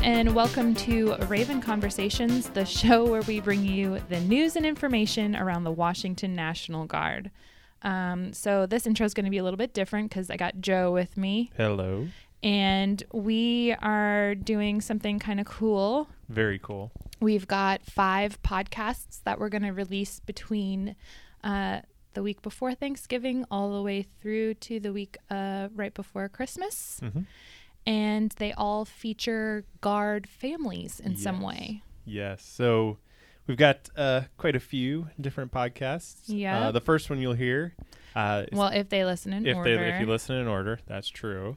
welcome to Raven Conversations, the show where we bring you the news and information around the Washington National Guard. Um, so, this intro is going to be a little bit different because I got Joe with me, Hello. and we are doing something kind of cool. Very cool. We've got five podcasts that we're going to release between uh, the week before Thanksgiving all the way through to the week uh, right before Christmas. Mhm. And they all feature guard families in some Yes. way. Yes. So we've got uh, quite a few different podcasts. Yeah. Uh, the first one you'll hear, uh, is Well, if they listen in if order. they if you listen in order, that's true.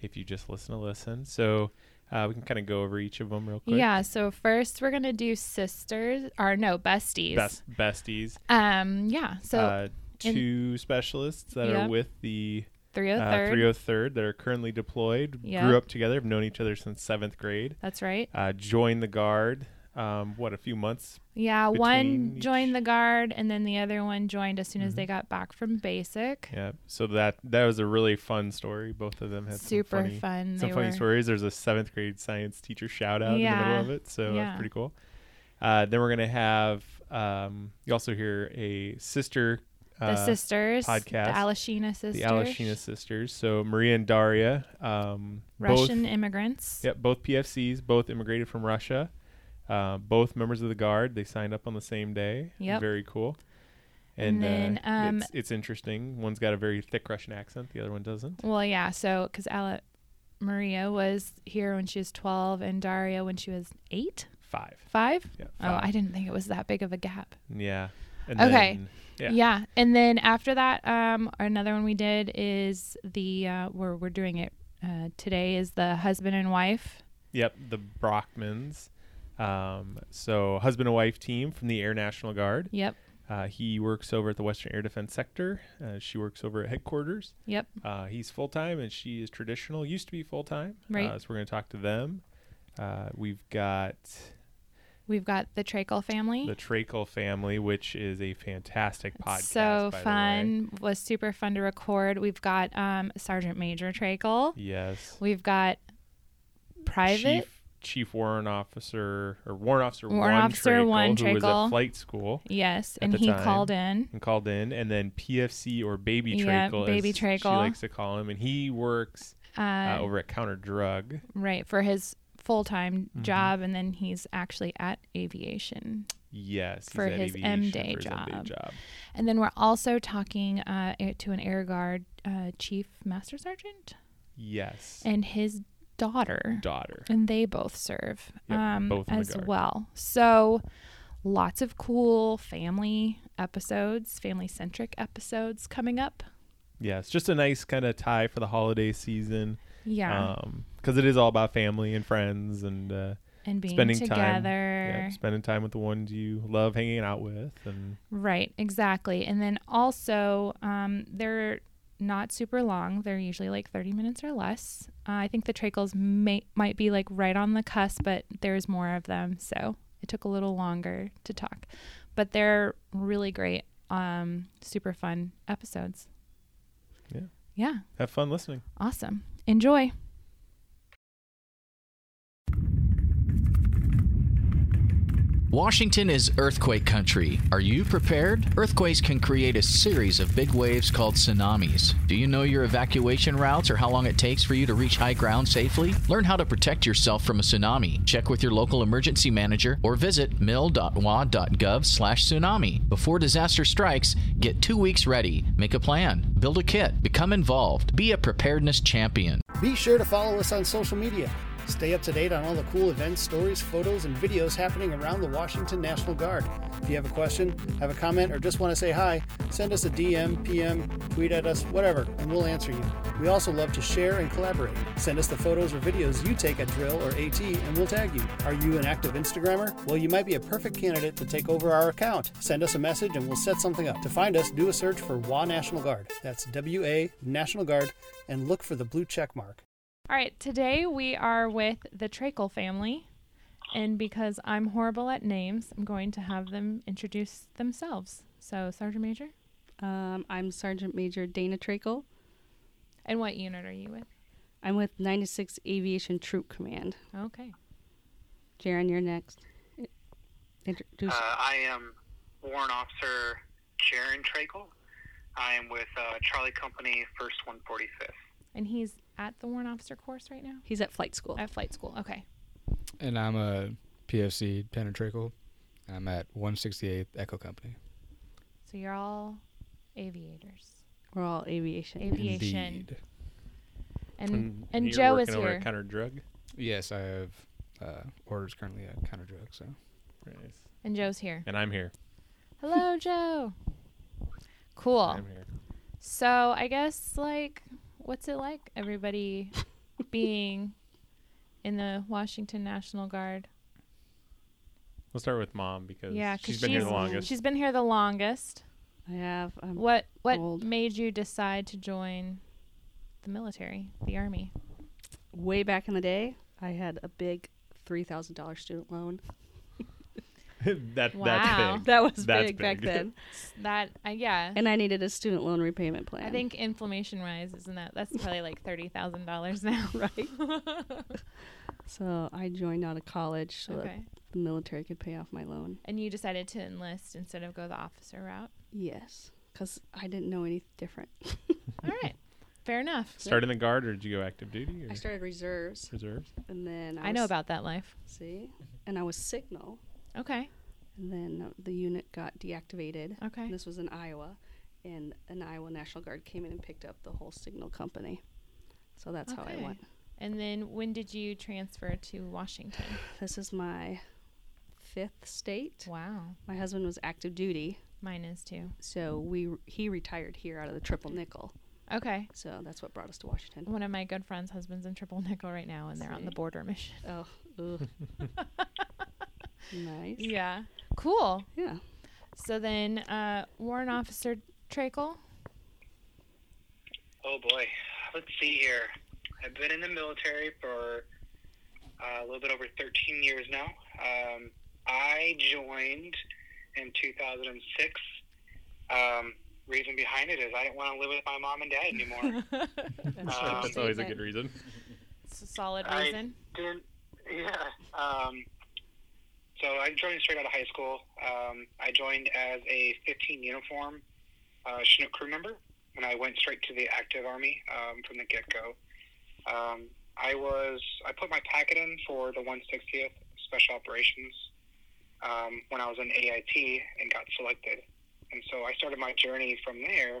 If you just listen to listen, so uh, we can kind of go over each of them real quick. Yeah, so first we're going to do sisters or no, besties. Best besties. Um yeah, so uh, in- oh two specialists that Yeah. are with the uh, 303rd. 303rd that are currently deployed. Yeah. Grew up together. Have known each other since seventh grade. That's right. Uh, joined the guard. Um, what a few months Yeah, one Between joined each- the guard and then the other one joined as soon as Mhm. they got back from basic. Yeah. So that that was a really fun story. Both of them had Super some funny, fun. some they funny were, stories. There's a seventh grade science teacher shout out in the Yeah. middle of it, so Yeah. that's pretty cool. Uh, then we're gonna have um, you also hear a sister, The uh, sisters, podcast. the Alashina sisters, the Alashina sisters. So Maria and Daria, um, Russian both immigrants. yeah, both PFCs, both immigrated from Russia. Uh, both members of the guard. They signed up on the same day. Yep. Very cool. And And, then, uh, um, it's, it's interesting. One's got a very thick Russian accent. The other one doesn't. Well, yeah. So, because Ala Maria was here when she was 12 and Daria when she was eight, Five. five. Yeah. Oh, five. I didn't think it was that big of a gap. Yeah. And Okay. Then, yeah. And then after that, um, another one we did is the, uh, we're, we're doing it uh, today, is the husband and wife. Yep. The Brockmans. Um, so husband and wife team from the Air National Guard. Yep. Uh, he works over at the Western Air Defense Sector. Uh, she works over at headquarters. Yep. Uh, he's full time and she is traditional. Used to be full time. Right. Uh, so we're going to talk to them. Uh, we've got We've got the Trakel family. the Trakel family, which is a fantastic podcast. so by the way. fun. Was super fun to record. We've got um, Sergeant Major Trakel. Yes. We've got private. Chief, Chief Warrant Officer or Warrant Officer Warrant One Officer Trakel, One who was Trakel. at flight school Yes, at and the he time. called in. and called in, and then PFC or Baby Yeah, Trakel, Baby as she Trakel. likes to call him, and he works Uh, uh, over at Counter Drug. right for his full-time Mhm. job and then he's actually at aviation. Yes, he's for at his aviation M-Day for his M-Day job. job. And then we're also talking uh, air- to an air guard uh, chief master sergeant Yes, and his daughter daughter. and they both serve Yep, um, both in the as guard. well. So lots of cool family episodes, family-centric episodes coming up. Yes, just a nice kind of tie for the holiday season. Yeah, Uh, because it is all about family and friends and uh, and being spending time, yeah, together. yeah, spending time with the ones you love hanging out with. And Right, exactly. And then also, um, they're not super long. They're usually like 30 minutes or less. Uh, I think the Trakels may, might be like right on the cusp, but there's more of them. So it took a little longer to talk. But they're really great, um, super fun episodes. Yeah. Yeah, have fun listening. awesome. Enjoy. Washington is earthquake country. Are you prepared? Earthquakes can create a series of big waves called tsunamis. Do you know your evacuation routes or how long it takes for you to reach high ground safely? Learn how to protect yourself from a tsunami. Check with your local emergency manager or visit mil.wa.gov/tsunami. Before disaster strikes, get 2 weeks ready. Make a plan. Build a kit. Become involved. Be a preparedness champion. Be sure to follow us on social media. Stay up to date on all the cool events, stories, photos, and videos happening around the Washington National Guard. If you have a question, have a comment, or just want to say hi, send us a DM, PM, tweet at us, whatever, and we'll answer you. We also love to share and collaborate. Send us the photos or videos you take at drill or AT, and we'll tag you. Are you an active Instagrammer? Well, you might be a perfect candidate to take over our account. Send us a message, and we'll set something up. To find us, do a search for WA National Guard. That's W A National Guard, and look for the blue check mark. All right, today we are with the Trakel family. And because I'm horrible at names, I'm going to have them introduce themselves. So, Sergeant Major, Um, I'm Sergeant Major Dana Trakel. and what unit are you with? I'm with 96 Aviation Troop Command. Okay. Jaron, you're next. Introduce. Uh, I am Warrant Officer Jaron Trakel. I am with uh, Charlie Company, 1st 145th. And he's at the warrant officer course right now He's at flight school. at flight school. Okay. And I'm a PFC penetracle. I'm at 168th Echo Company. So you're all aviators. We're all aviation. Aviation. Indeed. And and Mm. you're Joe is working over here. at Counter Drug. Yes, I have uh, orders currently at Counter Drug. So Nice. And Joe's here. And I'm here. Hello, Joe. Cool. I'm here. So I guess like, what's it like, everybody, being in the Washington National Guard? We'll start with mom because Yeah, 'cause she's been here the she's- longest. She's been here the longest. I have. Um, What what Old. made you decide to join the military, the army? Way back in the day, I had a big three thousand dollar student loan. that Wow. that's big. That was That's big, back big. then, That I yeah. and I needed a student loan repayment plan. I think inflammation wise, isn't that that's probably like thirty thousand dollars now, Right. so. I joined out of college so okay. that the military could pay off my loan. And you decided to enlist instead of go the officer route. Yes, because I didn't know any different. All right, fair enough. Start in the guard or did you go active duty or I started reserves, reserves? and then I, I know was- about that life. see, and I was signal, Okay, and then the unit got deactivated. okay. This was in Iowa, and an Iowa National Guard came in and picked up the whole signal company. So that's how I Okay. went. And then when did you transfer to Washington? This is my fifth state. Wow, My husband was active duty, mine is too. so we he retired here out of the triple nickel. Okay. So that's what brought us to Washington. One of my good friends' husband's in Triple Nickel right now, and they're on the See? border mission. Oh, ugh. nice. Yeah. Cool. Yeah. So then, uh, Warrant Officer Trakel. Oh boy, let's see here. I've been in the military for uh, a little bit over 13 years now. Um, I joined in 2006. Um, reason behind it is I didn't want to live with my mom and dad anymore. Um, that's always a good reason. It's a solid I- reason. didn't. Yeah. Um, so I joined straight out of high school. Um, I joined as a 15 uniform uh, Chinook crew member, and I went straight to the active army um, from the get go. Um, I was I put my packet in for the 160th Special Operations um, when I was in AIT and got selected, and so I started my journey from there.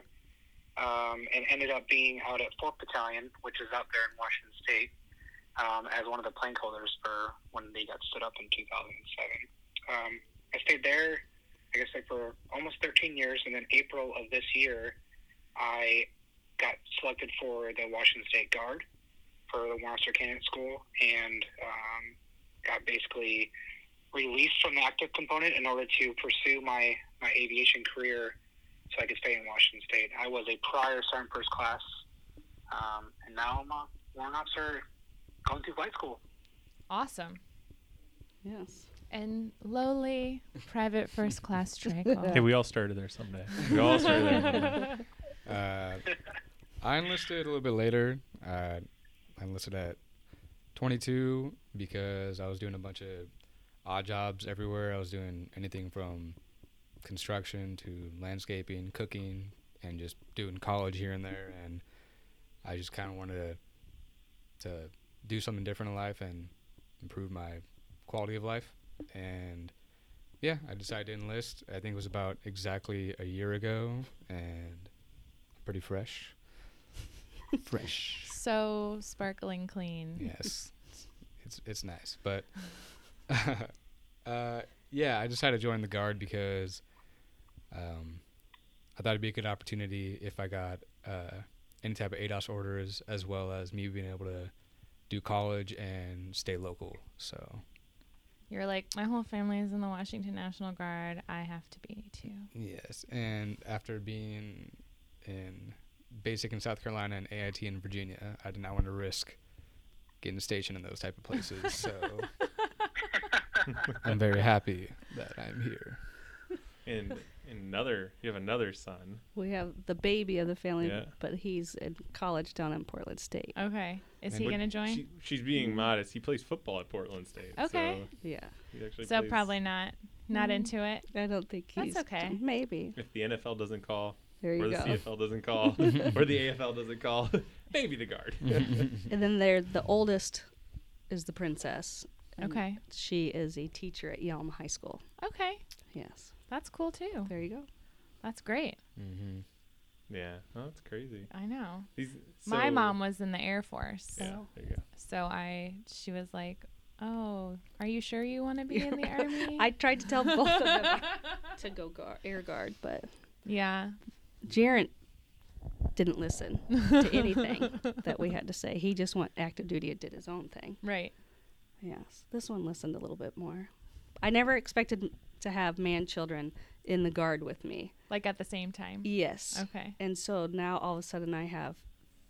Um, and ended up being out at 4th Battalion, which is out there in Washington State um, as one of the plank holders for when they got stood up in 2007. Um, I stayed there, I guess, like for almost 13 years, and then April of this year, I got selected for the Washington State Guard for the Warren Officer Candidate School, and um, got basically released from the active component in order to pursue my my aviation career, so I could stay in Washington State. I was a prior sergeant first class, um, and now I'm a warrant officer going through flight school. Awesome. Yes. And lowly private first class Trakel. Hey, we all started there someday. We all started there. one day. Uh, I enlisted a little bit later. Uh, I enlisted at 22 because I was doing a bunch of odd jobs everywhere. I was doing anything from construction to landscaping, cooking, and just doing college here and there. And I just kind of wanted to to do something different in life and improve my quality of life. And yeah, I decided to enlist. I think it was about exactly a year ago, and pretty fresh. fresh. so sparkling clean. Yes. It's it's nice, but uh, yeah, I decided to join the guard because um, I thought it'd be a good opportunity if I got uh, any type of ADOS orders, as well as me being able to do college and stay local. So You're like, my whole family is in the Washington National Guard. I have to be too. yes, and after being in basic in South Carolina and AIT in Virginia, I did not want to risk getting stationed in those type of places. So I'm very happy that I'm here. And another, you have another son. We have the baby of the family, Yeah. but he's in college down in Portland State. Okay. Is And he But going to join? She, she's being modest. He plays football at Portland State. Okay. So, Yeah, he actually so plays- probably not. Not into it. I don't think That's he's okay. Maybe If the NFL doesn't call, there or you the go. CFL doesn't call, or the AFL doesn't call, maybe the guard. And then there, the oldest is the princess. and Okay. she is a teacher at Yelm High School. Okay. Yes, That's cool too. there you go. That's great. yeah, oh, that's crazy. I know. These, My so- mom was in the Air Force. Yeah, there you go. So I she was like, "Oh, are you sure you want to be in the army?" I tried to tell both of them to go guard, air guard, but yeah. Jarrett didn't listen to anything that we had to say. He just went active duty and did his own thing. Right. Yes, this one listened a little bit more. I never expected to have man children in the guard with me. Like at the same time. Yes. Okay. And so now all of a sudden I have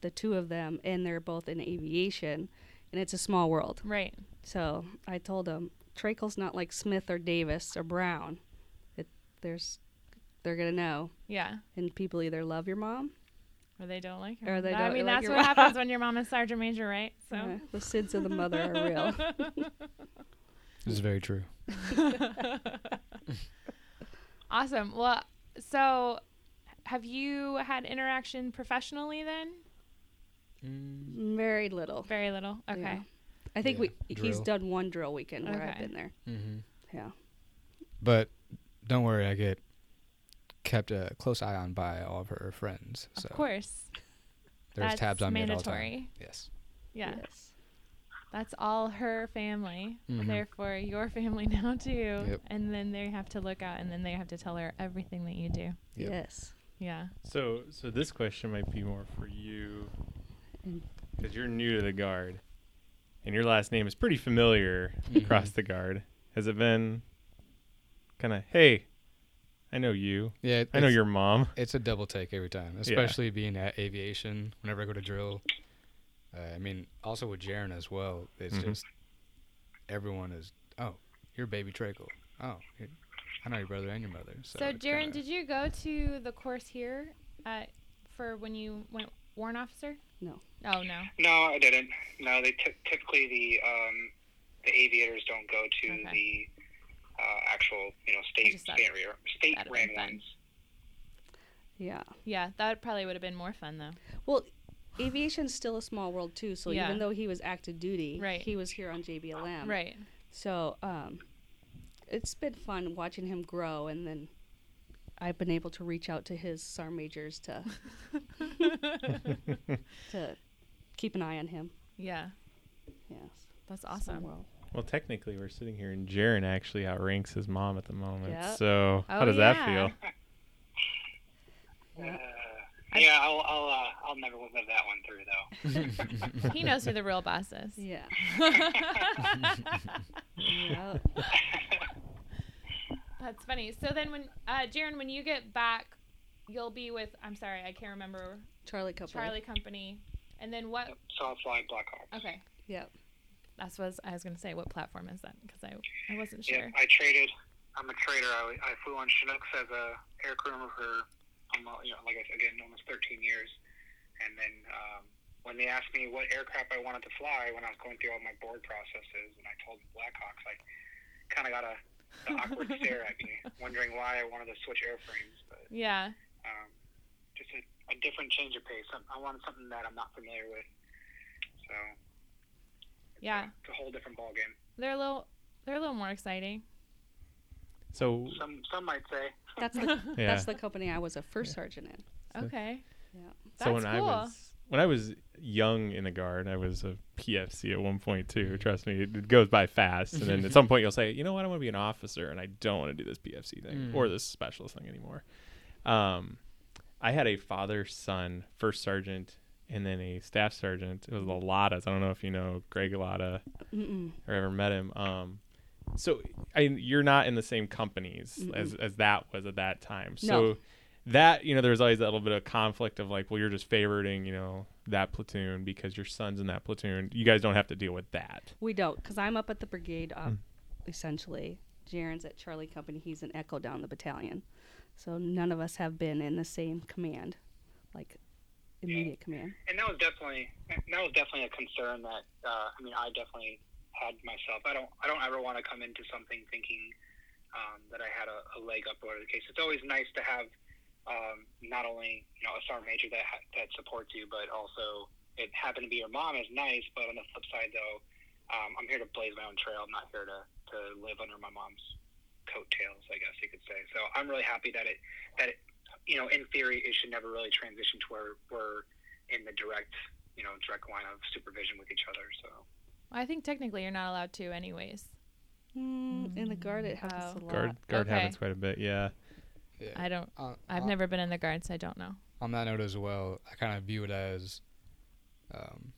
the two of them, and they're both in aviation, and it's a small world. Right. So I told them Trakel's not like Smith or Davis or Brown. It, there's, they're gonna know, Yeah. and people either love your mom. Or they don't like her. Or they I don't mean, like that's your what mom. happens when your mom is sergeant major, right? So. uh, the sins of the mother are real. This is very true. Awesome. Well, so have you had interaction professionally then? Very little. Very little. Okay. Yeah. I think Yeah, we he's drill. done one drill weekend where I've Okay. been there. Mm-hmm. Yeah. But don't worry, I get kept a close eye on by all of her friends. So Of course. there's That's tabs on me at all mandatory. time. Yes. Yeah. Yes. That's all her family. Mhm. Therefore, your family now too. Yep. And then they have to look out and then they have to tell her everything that you do. Yep. Yes. Yeah. So, so this question might be more for you, Mm. because you're new to the guard, and your last name is pretty familiar across the guard. Has it been kind of, hey, I know you, Yeah. I know it's- your mom. It's a double take every time, especially being at aviation. Whenever I go to drill, uh, I mean, also with Jaron as well. It's Mhm. just everyone is. Oh, you're baby Trakel. Oh, you're, I know your brother and your mother. So, So, Jaren, did you go to the course here at, for when you went warrant officer? No. Oh, no. No, I didn't. No, they t- typically the um, the aviators don't go to Okay. the uh, actual you know I state just thought state, re- state that'd ran been fun. ones. Yeah. Yeah, that probably would have been more fun, though. Well, aviation's still a small world too. So Yeah. even though he was active duty, Right. he was here on JBLM. Right. So um, it's been fun watching him grow, and then I've been able to reach out to his sergeant majors to to keep an eye on him. Yeah, Yes. that's It's been awesome. well. Well, technically, we're sitting here, and Jaron actually outranks his mom at the moment. Yep. So, how Oh, does yeah. that feel? I- yeah, I'll I'll, uh, I'll never live that one through though. he knows who the real boss is. Yeah. yeah. That's funny. So then, when uh, Jaren, when you get back, you'll be with. I'm sorry, I can't remember. Charlie Couple. Charlie Company, and then what? Soft fly Black Hawk. Okay, Yep. that's was I was gonna say. What platform is that? Because I I wasn't Yeah, sure. I traded. I'm a trader. I, w- I flew on Chinooks as a air crew member for, almo- you know, like I said, again, almost 13 years. And then um, when they asked me what aircraft I wanted to fly when I was going through all my board processes, and I told them Blackhawks, I kind of got a the awkward stare at me, wondering why I wanted to switch airframes. But Yeah. um, just a, a different change of pace. I I wanted something that I'm not familiar with. So Yeah. it's a whole different ballgame. They're a little. They're a little more exciting. So, Some some might say. That's the yeah. that's the company I was a first sergeant in. Okay. Yeah. That's so when cool. I was when I was young in the guard, I was a PFC at one point Mm-hmm. too. Trust me, it, it goes by fast. And then at some point, you'll say, you know what, I want to be an officer, and I don't want to do this PFC thing Mm. or this specialist thing anymore. Um, I had a father son first sergeant and then a staff sergeant. It was the Lottas. I don't know if you know Greg Lotta or ever met him. Um, so I, you're not in the same companies as, as that was at that time. So No. that, you know, there's always that little bit of conflict of like, well, you're just favoriting, you know, that platoon because your son's in that platoon. You guys don't have to deal with that. We don't, because I'm up at the brigade, op- uh, essentially, Jaren's at Charlie Company. He's an echo down the battalion. So none of us have been in the same command, like immediate command. and that was definitely that was definitely a concern that uh, I mean I definitely had myself. I don't I don't ever want to come into something thinking um, that I had a, a leg up or whatever the case. It's always nice to have um, not only you know a sergeant major that ha- that supports you, but also it happened to be your mom is nice. But on the flip side though, um, I'm here to blaze my own trail. I'm not here to to live under my mom's coattails, I guess you could say. So I'm really happy that it that it you know in theory it should never really transition to where we're in the direct, you know, direct line of supervision with each other. So I think technically you're not allowed to, anyways. Mm, in the guard, it happens Oh. a lot. Guard guard Okay. happens quite a bit. Yeah. Yeah. I don't. Uh, I've uh, never been in the guard, so I don't know. on that note as well, I kind of view it as um,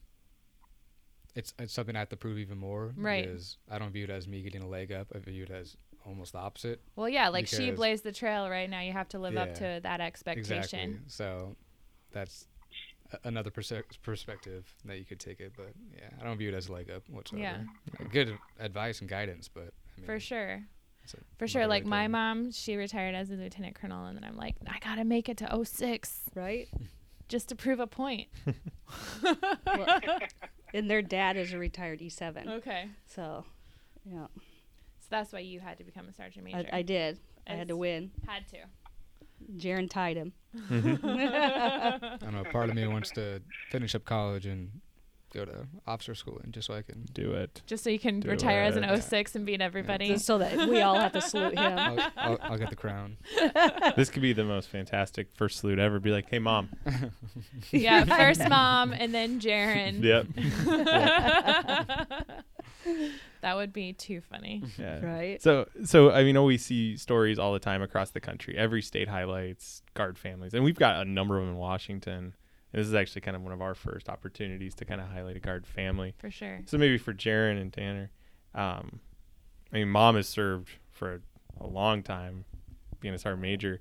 it's it's something I have to prove even more. Right. Because I don't view it as me getting a leg up. I view it as almost the opposite. Well, yeah, like she Because- blazed the trail right now. You have to live up Yeah. to that expectation. Exactly. So that's a- another perse- perspective that you could take it. But yeah, I don't view it as a leg up whatsoever. Good advice and guidance, but I mean, For sure. it's a- For not sure. the Like right my thing. mom, she retired as a lieutenant colonel, and then I'm like, I gotta make it to 06 Right? just to prove a point. And their dad is a retired E7. Oh. Okay. So, yeah, So that's why you had to become a sergeant major. I, I did. I had to As- win. had to. Jaren tied him. I don't know. Part of me wants to finish up college and go to officer school, and just so I can. Do it. Just so you can Do retire as it. an 06 and beat everybody. Just so that we all have to salute him. I'll, I'll, I'll get the crown. this could be the most fantastic first salute ever. Be like, hey mom. yeah, first mom and then Jaren. Yep. That would be too funny. Yeah. Right? So, so I mean, we see stories all the time across the country. Every state highlights guard families, and we've got a number of them in Washington. And this is actually kind of one of our first opportunities to kind of highlight a guard family. For sure. So maybe for Jaron and Tanner, um, I mean, mom has served for a, a long time, being a sergeant major.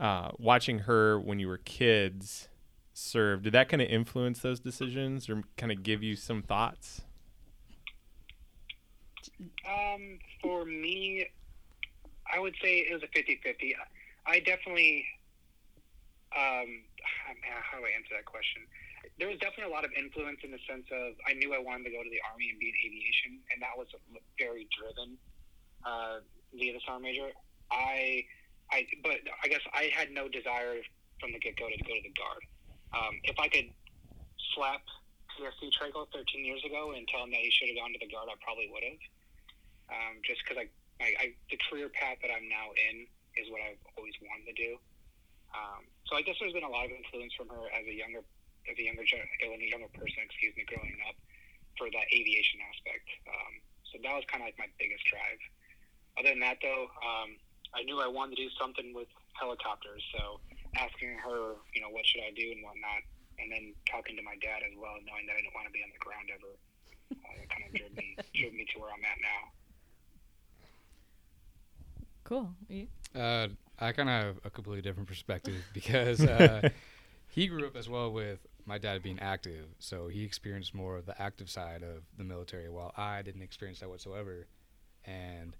Uh, watching her when you were kids serve, did that kind of influence those decisions, or kind of give you some thoughts? Um, for me, I would say it was a 50-50. I definitely, um, man, how do I answer that question? There was definitely a lot of influence in the sense of I knew I wanted to go to the army and be in aviation, and that was very driven uh, via the sergeant major. I, I, but I guess I had no desire from the get-go to go to the guard. Um, if I could slap PSC Trago 13 years ago and tell him that he should have gone to the guard, I probably would have um, just because I, I, I the career path that I'm now in is what I've always wanted to do. Um, so I guess there's been a lot of influence from her as a younger as a younger gen- like, a younger person, excuse me, growing up for that aviation aspect. Um, so that was kind of like my biggest drive. Other than that, though, um, I knew I wanted to do something with helicopters. So asking her, you know, what should I do and whatnot, and then talking to my dad as well, knowing that I didn't want to be on the ground ever, uh, that kind of drove me drove me to where I'm at now. Cool. You- Uh, I kind of have a completely different perspective because uh, he grew up as well with my dad being active, so he experienced more of the active side of the military, while I didn't experience that whatsoever. And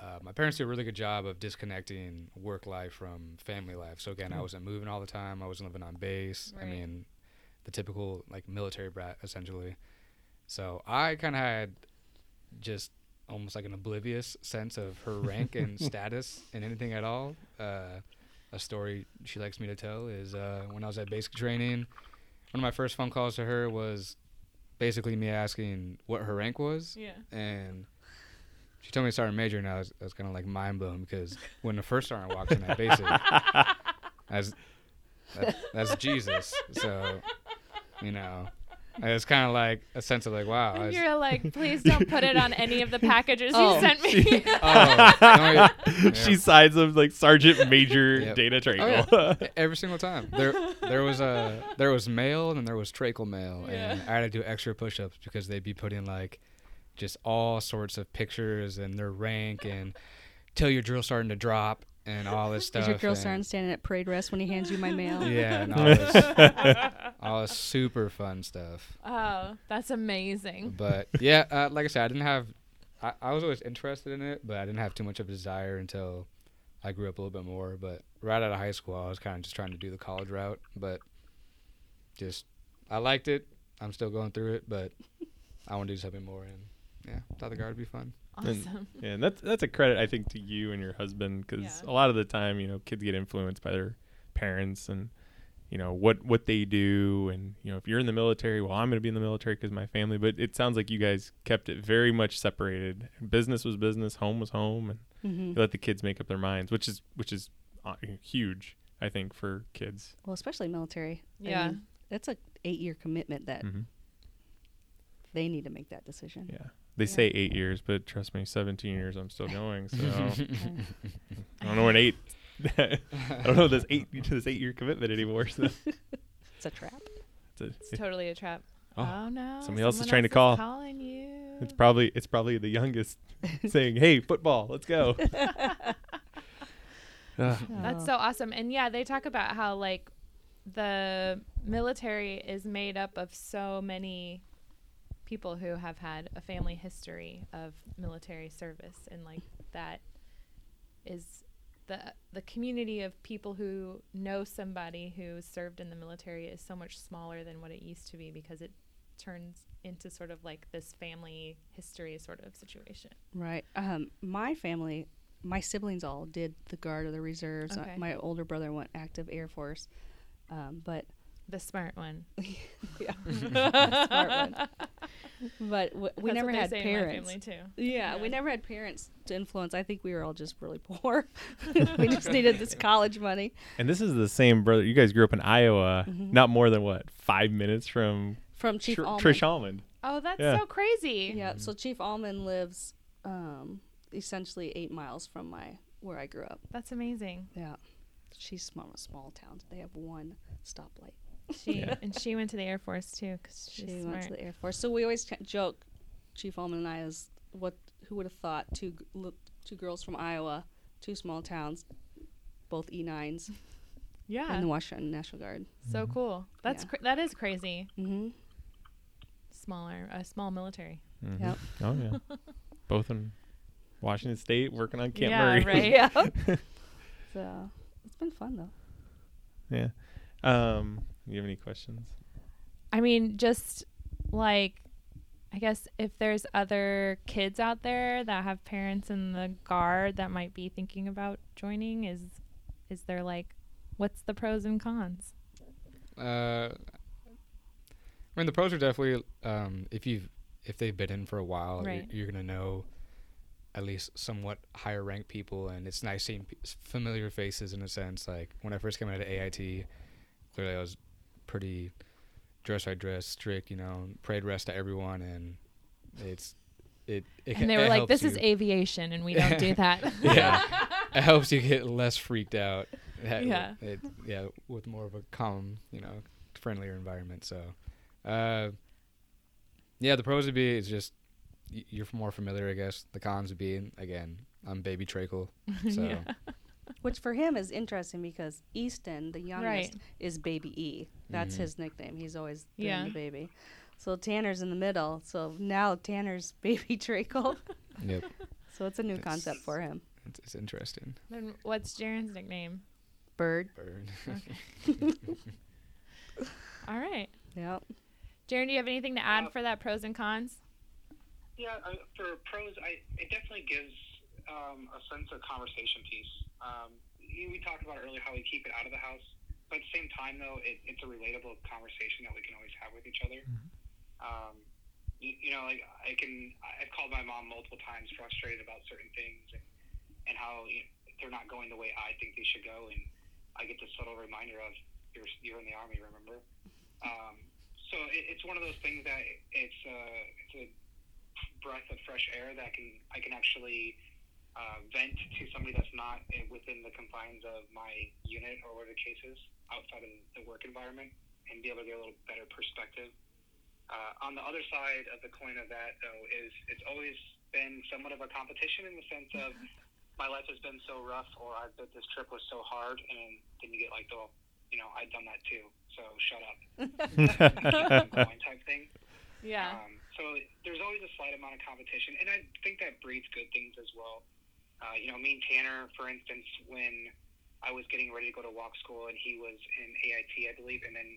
uh, my parents did a really good job of disconnecting work life from family life. So again, I wasn't moving all the time. I wasn't living on base. I Right. mean, the typical like military brat essentially. So I kind of had just almost like an oblivious sense of her rank and status and anything at all. Uh, a story she likes me to tell is uh, when I was at basic training, one of my first phone calls to her was basically me asking what her rank was. Yeah. And she told me sergeant major, and I was, I was kind of like mind blown because when the first sergeant walked in at basic, as that, that's Jesus. So, you know, it's kind of like a sense of like, wow. I was- You're like, please don't put it on any of the packages Oh. you sent me. uh, oh, no, yeah. she signs them like Sergeant Major Yep. Dana Oh, Tragle. yeah. E- Every single time. There there was a there was male and then there was tracheal male and Yeah. I had to do extra push-ups because they'd be putting like just all sorts of pictures and their rank and till your drill starting to drop and all this stuff. Is your drill and- sergeant standing at parade rest when he hands you my mail? Yeah, and all this, all this super fun stuff. oh, that's amazing. But yeah, uh, like I said, I didn't have I, I was always interested in it, but I didn't have too much of a desire until I grew up a little bit more. But right out of high school, I was kind of just trying to do the college route. But just, I liked it. I'm still going through it, but I want to do something more. And yeah, thought the guard would be fun. Awesome. Yeah, and that's that's a credit I think to you and your husband because Yeah. a lot of the time you know kids get influenced by their parents and you know what what they do and you know if you're in the military well I'm going to be in the military because my family but it sounds like you guys kept it very much separated business was business home was home and Mm-hmm. you let the kids make up their minds which is which is uh, huge I think for kids Well, especially military. I Yeah. mean, that's a eight year commitment that Mhm. they need to make that decision. yeah they say eight years but trust me 17 years I'm still going so I don't know an eight I don't know this eight this eight year commitment anymore so. It's a trap. It's, It's totally a trap. Oh, Oh, no. somebody else is someone trying to call. Calling you. it's probably it's probably the youngest saying, "Hey, football, let's go." Oh. That's so awesome. And yeah, they talk about how like the military is made up of so many people who have had a family history of military service and like that is the the community of people who know somebody who served in the military is so much smaller than what it used to be because it turns into sort of like this family history sort of situation. Right. Um, my family, my siblings all did the guard or the reserves. Uh, Okay. My older brother went active Air Force, um, but The smart one. yeah, smart one. But w- we That's never what they had say parents. In my family too. Yeah, we never had parents to influence. I think we were all just really poor. we just needed this college money. And this is the same brother. You guys grew up in Iowa, not more than what five minutes from From Chief Tr- Allman. Trish Mm-hmm. Almond. Oh, that's Yeah. so crazy. Yeah, so Chief Allman lives um, essentially eight miles from my where I grew up. That's amazing. Yeah, she's from a small town. They have one stoplight. She and she went to the Air Force too because She she's smart. went to the Air Force. So we always t- joke, Chief Allman and I, is what who would have thought two g- l- two girls from Iowa, two small towns, both E9s, yeah, and the Washington National Guard. so Mm-hmm. cool. That's Yeah. cra- that is crazy. Mm-hmm. Smaller, a small military. Yep. Oh yeah, both in Washington State working on Camp yeah, Murray. right. So it's been fun though. yeah. Um, you have any questions? I mean, just like I guess if there's other kids out there that have parents in the guard that might be thinking about joining, is is there like what's the pros and cons? Uh, I mean, the pros are definitely um, if you have if they've been in for a while, Right. you're, you're gonna know at least somewhat higher ranked people, and it's nice seeing p- s- familiar faces in a sense. Like when I first came out of AIT, clearly I was pretty dress I dress strict, you know, prayed rest to everyone, and it's it. it And they it were like, helps "This is you." aviation, and we don't do that." yeah, it helps you get less freaked out. That- Yeah. it, yeah, with more of a calm, you know, friendlier environment. So, uh, yeah, the pros would be is just y- you're more familiar, I guess. The cons would be again, I'm baby Trakel, so Which for him is interesting because Easton, the youngest, Right. is Baby E. That's his nickname. He's always been Yeah. the baby. So Tanner's in the middle. So now Tanner's Baby Draco. yep, so it's a new concept for him. it's, it's interesting. then what's Jaren's nickname? Bird. Bird. All right. Yep. Jaren, do you have anything to add for that pros and cons? Yeah, uh, for pros, I, it definitely gives um, a sense of conversation piece. Um, you- we talked about earlier how we keep it out of the house, but at the same time, though, it, it's a relatable conversation that we can always have with each other. Um, you, you know, like I can, I- I've called my mom multiple times frustrated about certain things and, and how you know, they're not going the way I think they should go, and I get this subtle reminder of you're you're in the army, remember? Um, so it, it's one of those things that it's uh, it's a breath of fresh air that I can I can actually uh, vent to somebody that's not uh, within the confines of my unit or whatever the case is outside of the work environment and be able to get a little better perspective. Uh, on the other side of the coin of that though is it's always been somewhat of a competition in the sense of my life has been so rough or I that this trip was so hard and then you get like the you know I've done that too so shut up type thing. Yeah. Um, So there's always a slight amount of competition, and I think that breeds good things as well. Uh, you know, me and Tanner, for instance, when I was getting ready to go to walk school, and he was in AIT, I believe, and then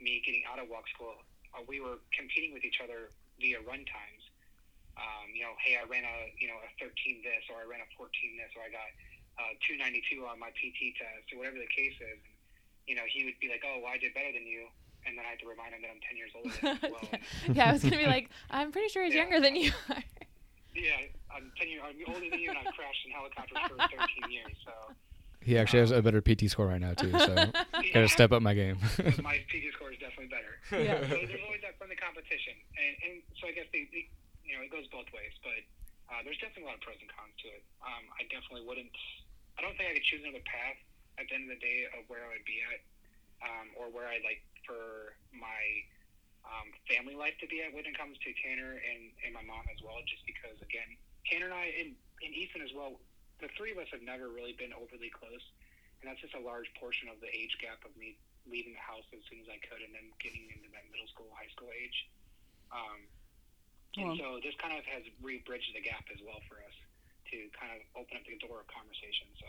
me getting out of walk school, uh, we were competing with each other via run times. Um, you know, hey, I ran a you know a 13 this, or I ran a 14 this, or I got uh, 292 on my PT test, or whatever the case is. And, you know, he would be like, "Oh, well, I did better than you," and then I had to remind him that I'm 10 years older than him. Um, Well, yeah, I was gonna be like, I'm pretty sure he's Yeah. younger than you are. Yeah, I'm ten years. I'm older than you, and I've crashed in helicopters for 13 years. So He actually has a better PT score right now too, so gotta step up my game. my PG score is definitely better. Yeah. So there's always that friendly competition, and, and so I guess they, they, you know, it goes both ways. But uh, there's definitely a lot of pros and cons to it. Um, I definitely wouldn't. I don't think I could choose another path at the end of the day of where I would be at, um, or where I'd like for my um, family life to be at when it comes to Tanner and, and my mom as well, just because, again, Tanner and I and, and Ethan as well, the three of us have never really been overly close. And that's just a large portion of the age gap of me leaving the house as soon as I could and then getting into that middle school, high school age. Um, Well- and so this kind of has re-bridged the gap as well for us to kind of open up the door of conversation. So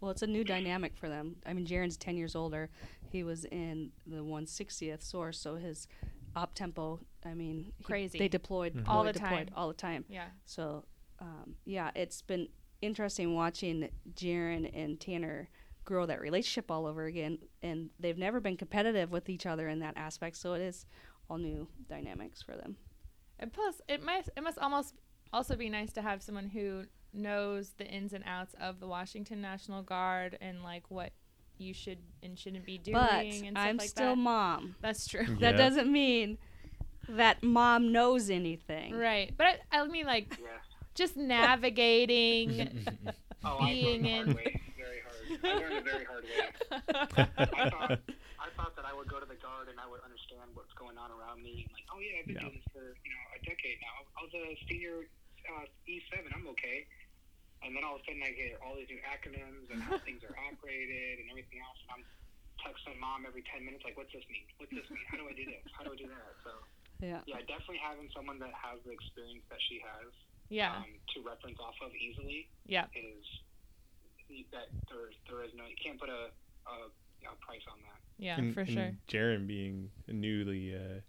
Well, it's a new dynamic for them. I mean, Jaron's 10 years older. He was in the 160th source, so his op tempo, I mean, he- Crazy. They deployed All deployed, the deployed time. all the time. Yeah. So, um, yeah, it's been interesting watching Jaron and Tanner grow that relationship all over again. And they've never been competitive with each other in that aspect, so it is all new dynamics for them. And plus, it must it must almost also be nice to have someone who knows the ins and outs of the Washington National Guard and like what you should and shouldn't be doing. But and stuff I'm like that. still mom. That's true. Yeah. That doesn't mean that mom knows anything. Right, but I, I mean, like, yeah. just navigating. Oh, I Being learned the hard in- way, very hard. I learned a very hard way. I thought I thought that I would go to the guard and I would understand what's going on around me. And like, oh yeah, I've been Yeah. doing this for you know a decade now. I was a senior uh, E7. I'm okay. And then all of a sudden, I hear all these new acronyms and how things are operated and everything else. And I'm texting mom every 10 minutes, like, what's this mean? What's this mean? How do I do this? How do I do that? So Yeah. yeah, definitely having someone that has the experience that she has yeah, um, to reference off of easily yeah, is that there there is no you can't put a a, a price on that. yeah, and, for sure. and Jaron being a newly uh,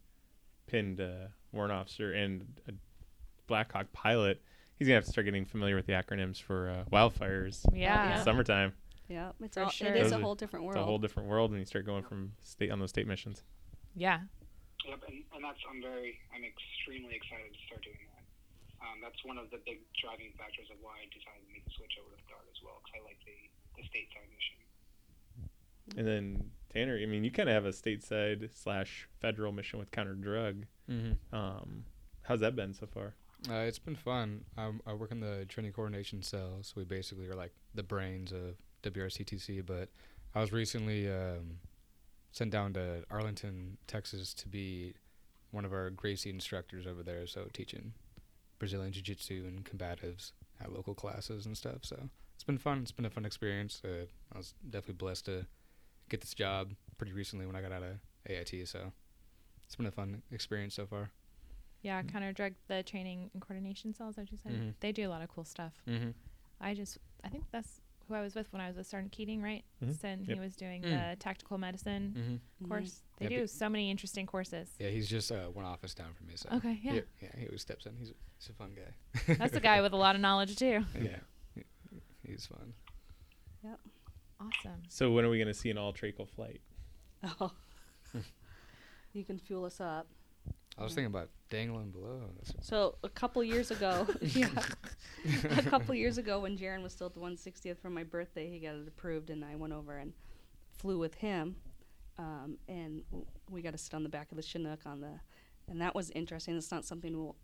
pinned uh, warrant officer and a Black Hawk pilot, he's gonna have to start getting familiar with the acronyms for uh, wildfires. in Yeah. the summertime. Yeah. It's For all, sure. It is Those a are- whole different It's a world. whole different world when you start going from state on those state missions. Yeah, Yep, and, and that's I'm very I'm extremely excited to start doing that. Um, that's one of the big driving factors of why I decided to make the switch over to the guard as well because I like the the stateside mission. And then Tanner, I mean, you kind of have a stateside slash federal mission with counter drug. mm-hmm. Um, how's that been so far? Uh, it's been fun. i I work in the training coordination cell, so we basically are like the brains of WRCTC. But I was recently um, sent down to Arlington, Texas, to be one of our Gracie instructors over there, so teaching Brazilian Jiu Jitsu and combatives at local classes and stuff. So it's been fun. It's been a fun experience. Uh, I was definitely blessed to get this job pretty recently when I got out of AIT. So it's been a fun experience so far. yeah. Counter drug the training and coordination cells. I just said Mhm. they do a lot of cool stuff. Mm-hmm. I just I think that's who I was with when I was with Sergeant Keating, right? Mhm. Then Yep. he was doing Mm. the tactical medicine Mm-hmm. course. They Yeah, do but- so many interesting courses. Yeah, he's just uh, one office down from me. So Okay, yeah. he, yeah, he always steps in. He's a, he's a fun guy. That's a guy with a lot of knowledge too. yeah, He- he's fun. Awesome. So when are we gonna see an all tracle flight? Oh. you can fuel us up. I was thinking about dangling below. That's So a couple years ago, yeah, a couple years ago when Jaron was still at the 160th for my birthday, he got it approved, and I went over and flew with him, um, and w- we got to sit on the back of the Chinook on the, and that was interesting. It's not something we'll,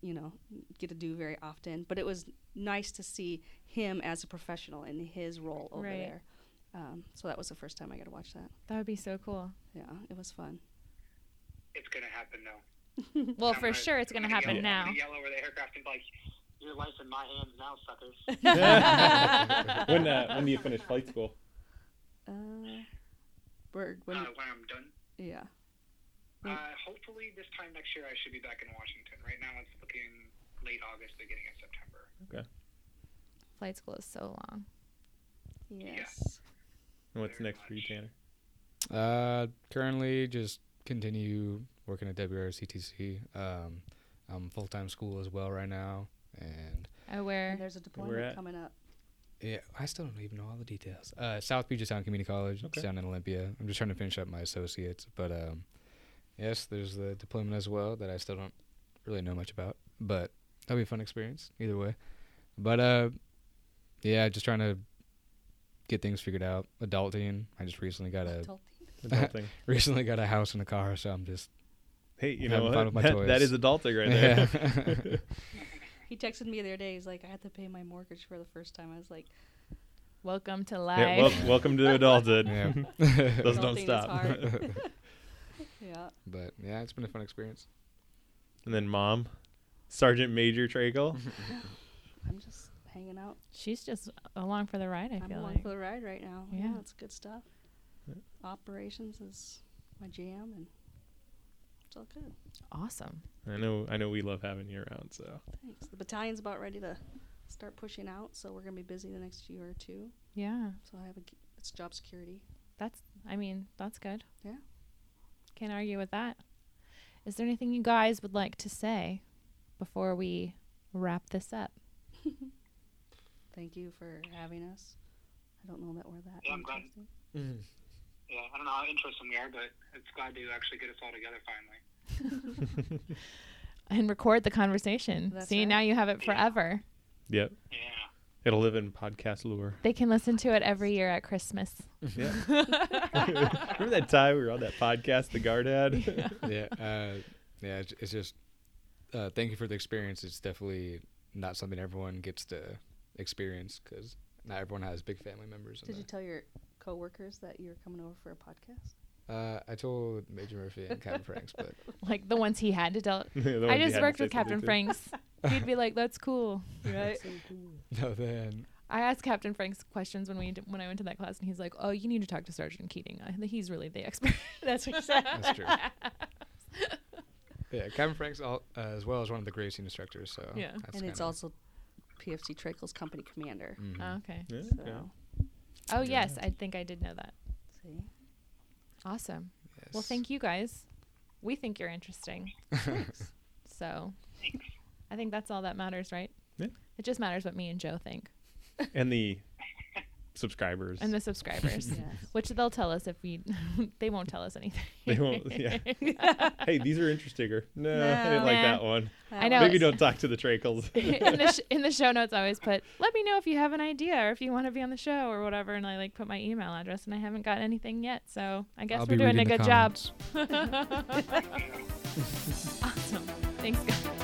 you know, get to do very often, but it was nice to see him as a professional in his role over Right. there. Um, so that was the first time I got to watch that. That would be so cool. Yeah, it was fun. It's gonna happen though. Well, I'm for gonna- sure it's going to I'm gonna happen yell- I'm now. gonna yell over the aircraft and be like, "Your life's in my hands now, suckers." Uh, When uh, when do you finish flight school? Uh, Bird, when uh, when I'm done. yeah, Mm. Uh, hopefully, this time next year, I should be back in Washington. Right now, it's looking late August, beginning of September. Okay. Flight school is so long. Yes. And what's Very next for you, much. Tanner? Uh, currently, just continue working at WRCTC. Um, I'm full time school as well right now, and Oh, And where? there's a deployment at? coming up. yeah, I still don't even know all the details. Uh, South Puget Sound Community College, it's Okay. down in Olympia. I'm just trying to finish up my associates, but um, yes, there's the deployment as well that I still don't really know much about, but that'll be a fun experience either way. But uh, yeah, just trying to get things figured out. Adulting. I just recently got a Adulting. Adulting. recently got a house and a car, so I'm just hey, you Having know fun what? with my That, that toys. is adulting right there. Yeah. He texted me the other day. He's like, I had to pay my mortgage for the first time. I was like, Welcome to life. yeah, wel- welcome to adulthood. Yeah. Those don't Adulting is stop. hard. yeah. but yeah, it's been a fun experience. and then mom, Sergeant Major Tragle. I'm just hanging out. She's just along for the ride. I I'm feel along like. for the ride right now. Yeah. Yeah, it's good stuff. Operations is my jam, and it's all good. Awesome. I know. I know. We love having you around. So Thanks. The battalion's about ready to start pushing out, so we're gonna be busy the next year or two. Yeah. So I have a g- it's job security. That's, I mean, that's good. Yeah. Can't argue with that. Is there anything you guys would like to say before we wrap this up? Thank you for having us. I don't know that we're that. Yeah, I'm glad- interesting. Yeah, I don't know how interesting we are, but it's glad to actually get us all together finally. And record the conversation. That's See, right. now you have it Yeah. forever. yep, Yeah. it'll live in podcast lore. They can listen to it every year at Christmas. Yeah. Remember that time we were on that podcast the guard had? yeah, uh, yeah. It's, it's just uh, thank you for the experience. It's definitely not something everyone gets to experience because not everyone has big family members. Did you And, tell your coworkers that you were coming over for a podcast? uh, I told Major Murphy and Captain Franks, but like the ones he had to tell. The ones I you had just to worked say with something Captain to. Franks. He'd be like, "That's cool." Right. no. Then I asked Captain Franks questions when we d- when I went to that class, and he's like, "Oh, you need to talk to Sergeant Keating. I think he's really the expert." That's what he said. that's true. yeah, Captain Franks all, uh, as well as one of the grazing instructors. So Yeah. that's and it's kinda- also PFC Trackel's company commander. Mhm. Oh, okay. Yeah, So, yeah. Oh yes, I think I did know that. see. Awesome. Well, Yes. thank you guys. We think you're interesting. so, I think that's all that matters, right? Yeah. It just matters what me and Joe think, And the subscribers. and the subscribers, Yes. which they'll tell us if we. they won't tell us anything. They won't- yeah. hey, these are interesting. No, I didn't No. like Nah. that one. I know. Maybe it's- don't talk to the Tracles. in the sh- in the show notes, I always put, "Let me know if you have an idea or if you want to be on the show or whatever," and I like put my email address, and I haven't got anything yet. So I guess I'll we're be doing a reading the good job. comments. awesome. Thanks, guys.